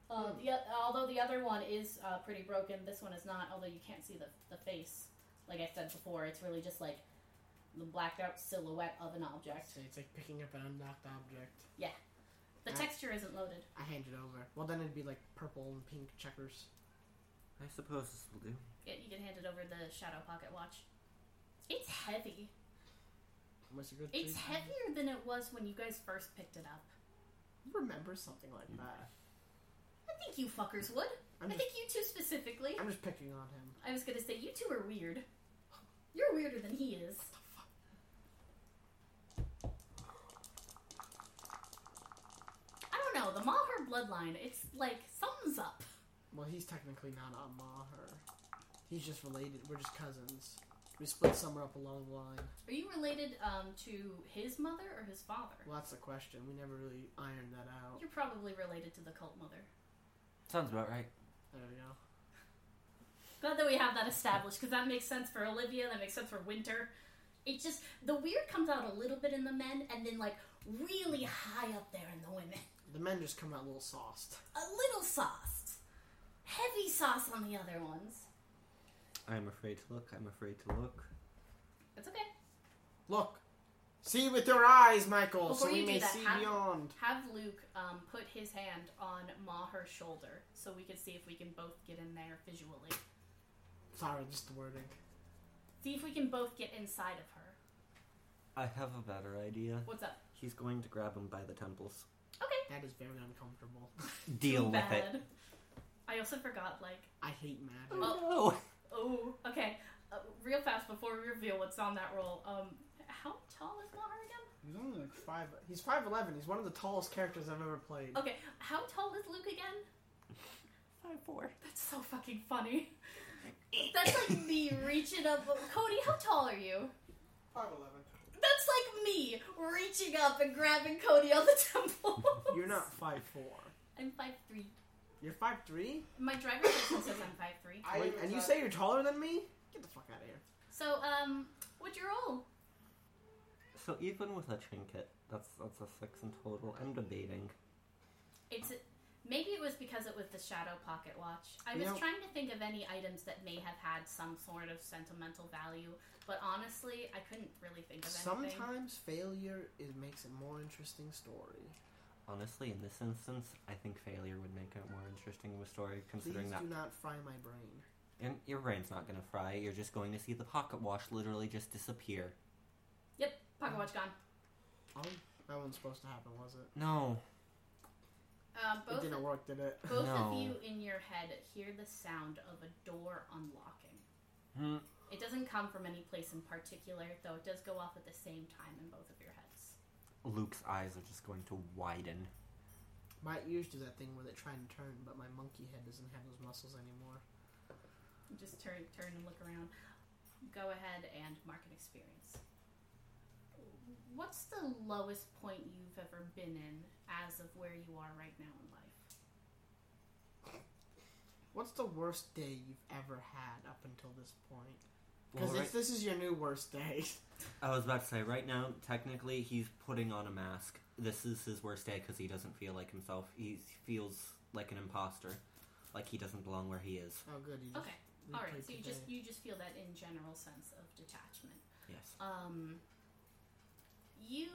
Uh, Uh,
Hmm.
the, oth- although the other one is uh, pretty broken, this one is not. Although you can't see the, the face, like I said before, it's really just like the blacked out silhouette of an object.
So it's like picking up an unlocked object.
The
Yeah.
texture isn't loaded.
I hand it over. Well, then it'd be like purple and pink checkers.
I suppose this will do.
Yeah, you can hand it over the Shadow Pocket Watch. It's heavy.
Was a good.
It's
three-
heavier than it was when you guys first picked it up.
You Remember something like that?
I think you fuckers would.
I'm
I
just,
think you two specifically.
I'm just picking on him.
I was gonna say you two are weird. You're weirder than he is. I don't know. The Maher bloodline. It's like something's up.
Well, he's technically not on Maher. He's just related. We're just cousins. We split somewhere up along the line.
Are you related um, to his mother or his father?
Well, that's the question. We never really ironed that out.
You're probably related to the cult mother.
Sounds about right.
I don't know.
Glad that we have that established because that makes sense for Olivia. That makes sense for Winter. It just the weird comes out a little bit in the men, and then like really high up there in the women.
The men just come out a little sauced.
a little sauce. Heavy sauce on the other ones.
I'm afraid to look. I'm afraid to look.
It's okay.
Look, see with your eyes, Michael,
Before
so we
you do
may
that,
see
have-
beyond.
Have Luke um, put his hand on Maher's shoulder so we can see if we can both get in there visually.
Sorry, just the wording.
See if we can both get inside of her.
I have a better idea.
What's up?
He's going to grab him by the temples.
Okay.
That is very uncomfortable.
Deal with it.
Bad. I also forgot, like,
I hate magic.
Oh,
oh, okay. Uh, real fast before we reveal what's on that roll. Um, how tall is Maher again?
He's only like five. He's five eleven. He's one of the tallest characters I've ever played.
Okay, how tall is Luke again?
Five four.
That's so fucking funny. That's like me reaching up. Cody, how tall are you?
Five eleven.
That's like me reaching up and grabbing Cody on the temple.
You're not five four.
I'm five three.
You're five three.
My driver's license says I'm five three.
I
Wait,
was
and you
at-
say you're taller than me? Get the fuck out of here.
So, um, what'd you roll?
So even with a trinket, that's that's a six in total. I'm debating.
It's maybe it was because it was the shadow pocket watch. I
You
was
know-
trying to think of any items that may have had some sort of sentimental value, but honestly, I couldn't really think of anything.
Sometimes failure it makes a more interesting story.
Honestly, in this instance, I think failure would make it more interesting of a story, considering
Please
that.
do not fry my brain.
And your brain's not gonna fry. You're just going to see the pocket wash literally just disappear.
Pocket watch gone.
Oh, that wasn't supposed to happen, was it?
No.
Um,
It
both
didn't work, did it?
both
No.
of you in your head hear the sound of a door unlocking.
Hmm.
It doesn't come from any place in particular, though it does go off at the same time in both of your heads.
Luke's eyes are just going to widen.
My ears do that thing where they try and turn, but my monkey head doesn't have those muscles anymore.
You Just turn, turn and look around. Go ahead and mark an experience. What's the lowest point you've ever been in as of where you are right now in life?
What's the worst day you've ever had up until this point?
Well,
Because
right-
this is your new worst day.
I was about to say, right now, technically, he's putting on a mask. This is his worst day because he doesn't feel like himself. He feels like an imposter, like he doesn't belong where he is.
oh, good. You just
Okay. All right.
replayed
So you
today.
just you just feel that in general sense of detachment.
Yes.
um, you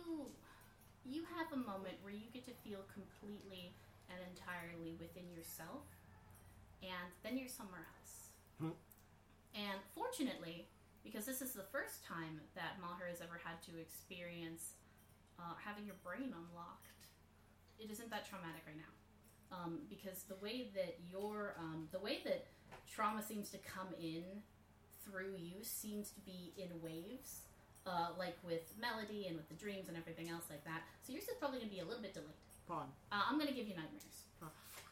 you have a moment where you get to feel completely and entirely within yourself and then you're somewhere else
Hmm.
and fortunately because this is the first time that maher has ever had to experience uh, having your brain unlocked it isn't that traumatic right now um, because the way that your um, the way that trauma seems to come in through you seems to be in waves uh, like with melody and with the dreams and everything else like that. So yours is probably going to be a little bit delayed.
Pardon.
Uh, I'm going to give you nightmares.
Oh.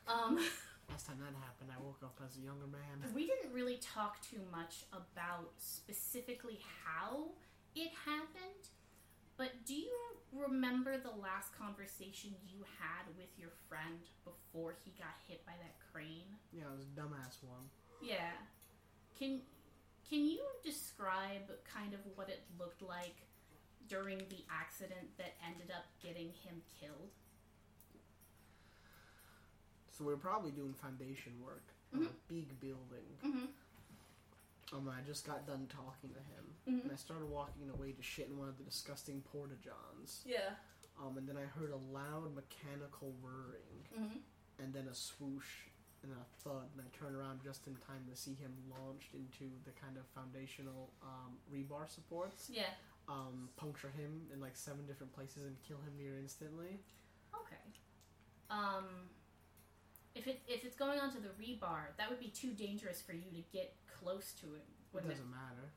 Um,
Last time that happened, I woke up as a younger man.
we didn't really talk too much about specifically how it happened, but do you remember the last conversation you had with your friend before he got hit by that crane?
Yeah, I was a dumbass one.
Yeah. Can can you describe kind of what it looked like during the accident that ended up getting him killed?
So we are probably doing foundation work on
Mm-hmm.
a big building.
Mhm.
Um, I just got done talking to him,
Mhm.
and I started walking away to shit in one of the disgusting porta johns.
Yeah.
Um, and then I heard a loud mechanical whirring,
Mhm.
and then a swoosh, and then a thud, and I turned around just in time to see him launched into the kind of foundational um, rebar supports,
Yeah.
um, puncture him in like seven different places, and kill him near instantly.
Okay. Um, if it if it's going onto the rebar, that would be too dangerous for you to get close to it.
It
Wouldn't it?
doesn't matter.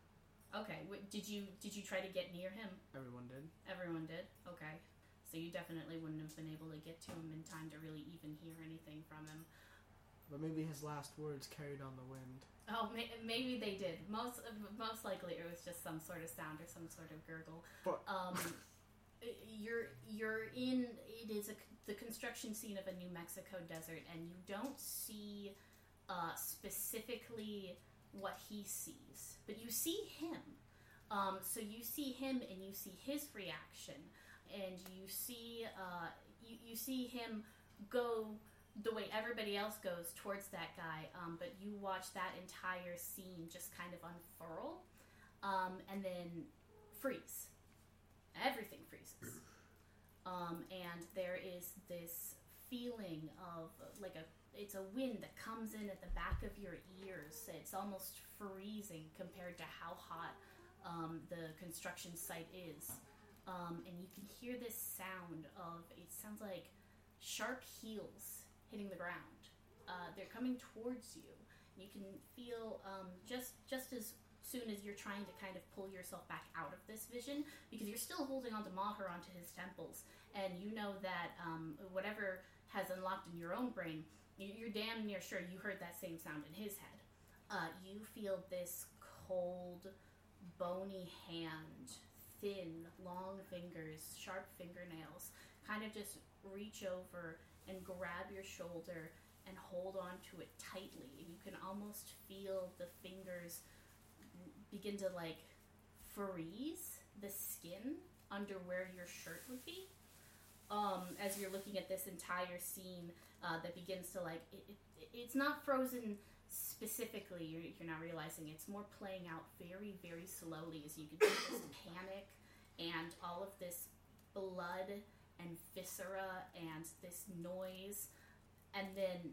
Okay. W- did you did you try to get near him?
Everyone did.
Everyone did. Okay. So you definitely wouldn't have been able to get to him in time to really even hear anything from him.
But maybe his last words carried on the wind.
Oh, may- maybe they did. Most most likely, it was just some sort of sound or some sort of gurgle.
But-
um, you're you're in it is a, the construction scene of a New Mexico desert, and you don't see uh, specifically what he sees, but you see him. Um, so you see him, and you see his reaction, and you see uh, you, you see him go the way everybody else goes towards that guy, um, but you watch that entire scene just kind of unfurl um, and then freeze. Everything freezes. Um, and there is this feeling of like a it's a wind that comes in at the back of your ears. It's almost freezing compared to how hot um, the construction site is. Um, and you can hear this sound of it sounds like sharp heels hitting the ground. Uh, they're coming towards you. You can feel um, just just as soon as you're trying to kind of pull yourself back out of this vision, because you're still holding onto Maher onto his temples, and you know that um, whatever has unlocked in your own brain, you- you're damn near sure you heard that same sound in his head. Uh, you feel this cold, bony hand, thin, long fingers, sharp fingernails, kind of just reach over and grab your shoulder and hold on to it tightly. And you can almost feel the fingers begin to like freeze the skin under where your shirt would be. Um, as you're looking at this entire scene uh, that begins to like, it, it, it's not frozen specifically, you're, you're not realizing it's more playing out very, very slowly as you can see this panic and all of this blood and viscera and this noise and then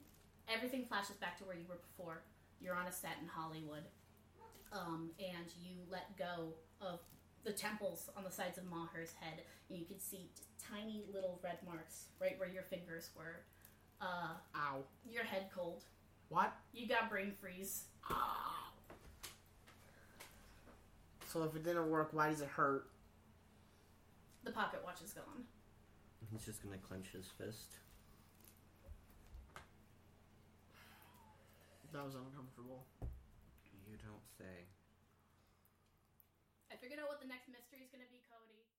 everything flashes back to where you were before you're on a set in hollywood um, and you let go of the temples on the sides of maher's head and you can see tiny little red marks right where your fingers were uh,
Ow.
your head cold
What?
you got brain freeze
So if it didn't work, why does it hurt?
the pocket watch is gone
He's just gonna clench his fist.
That was uncomfortable.
You don't say.
i figured out what the next mystery is going to be cody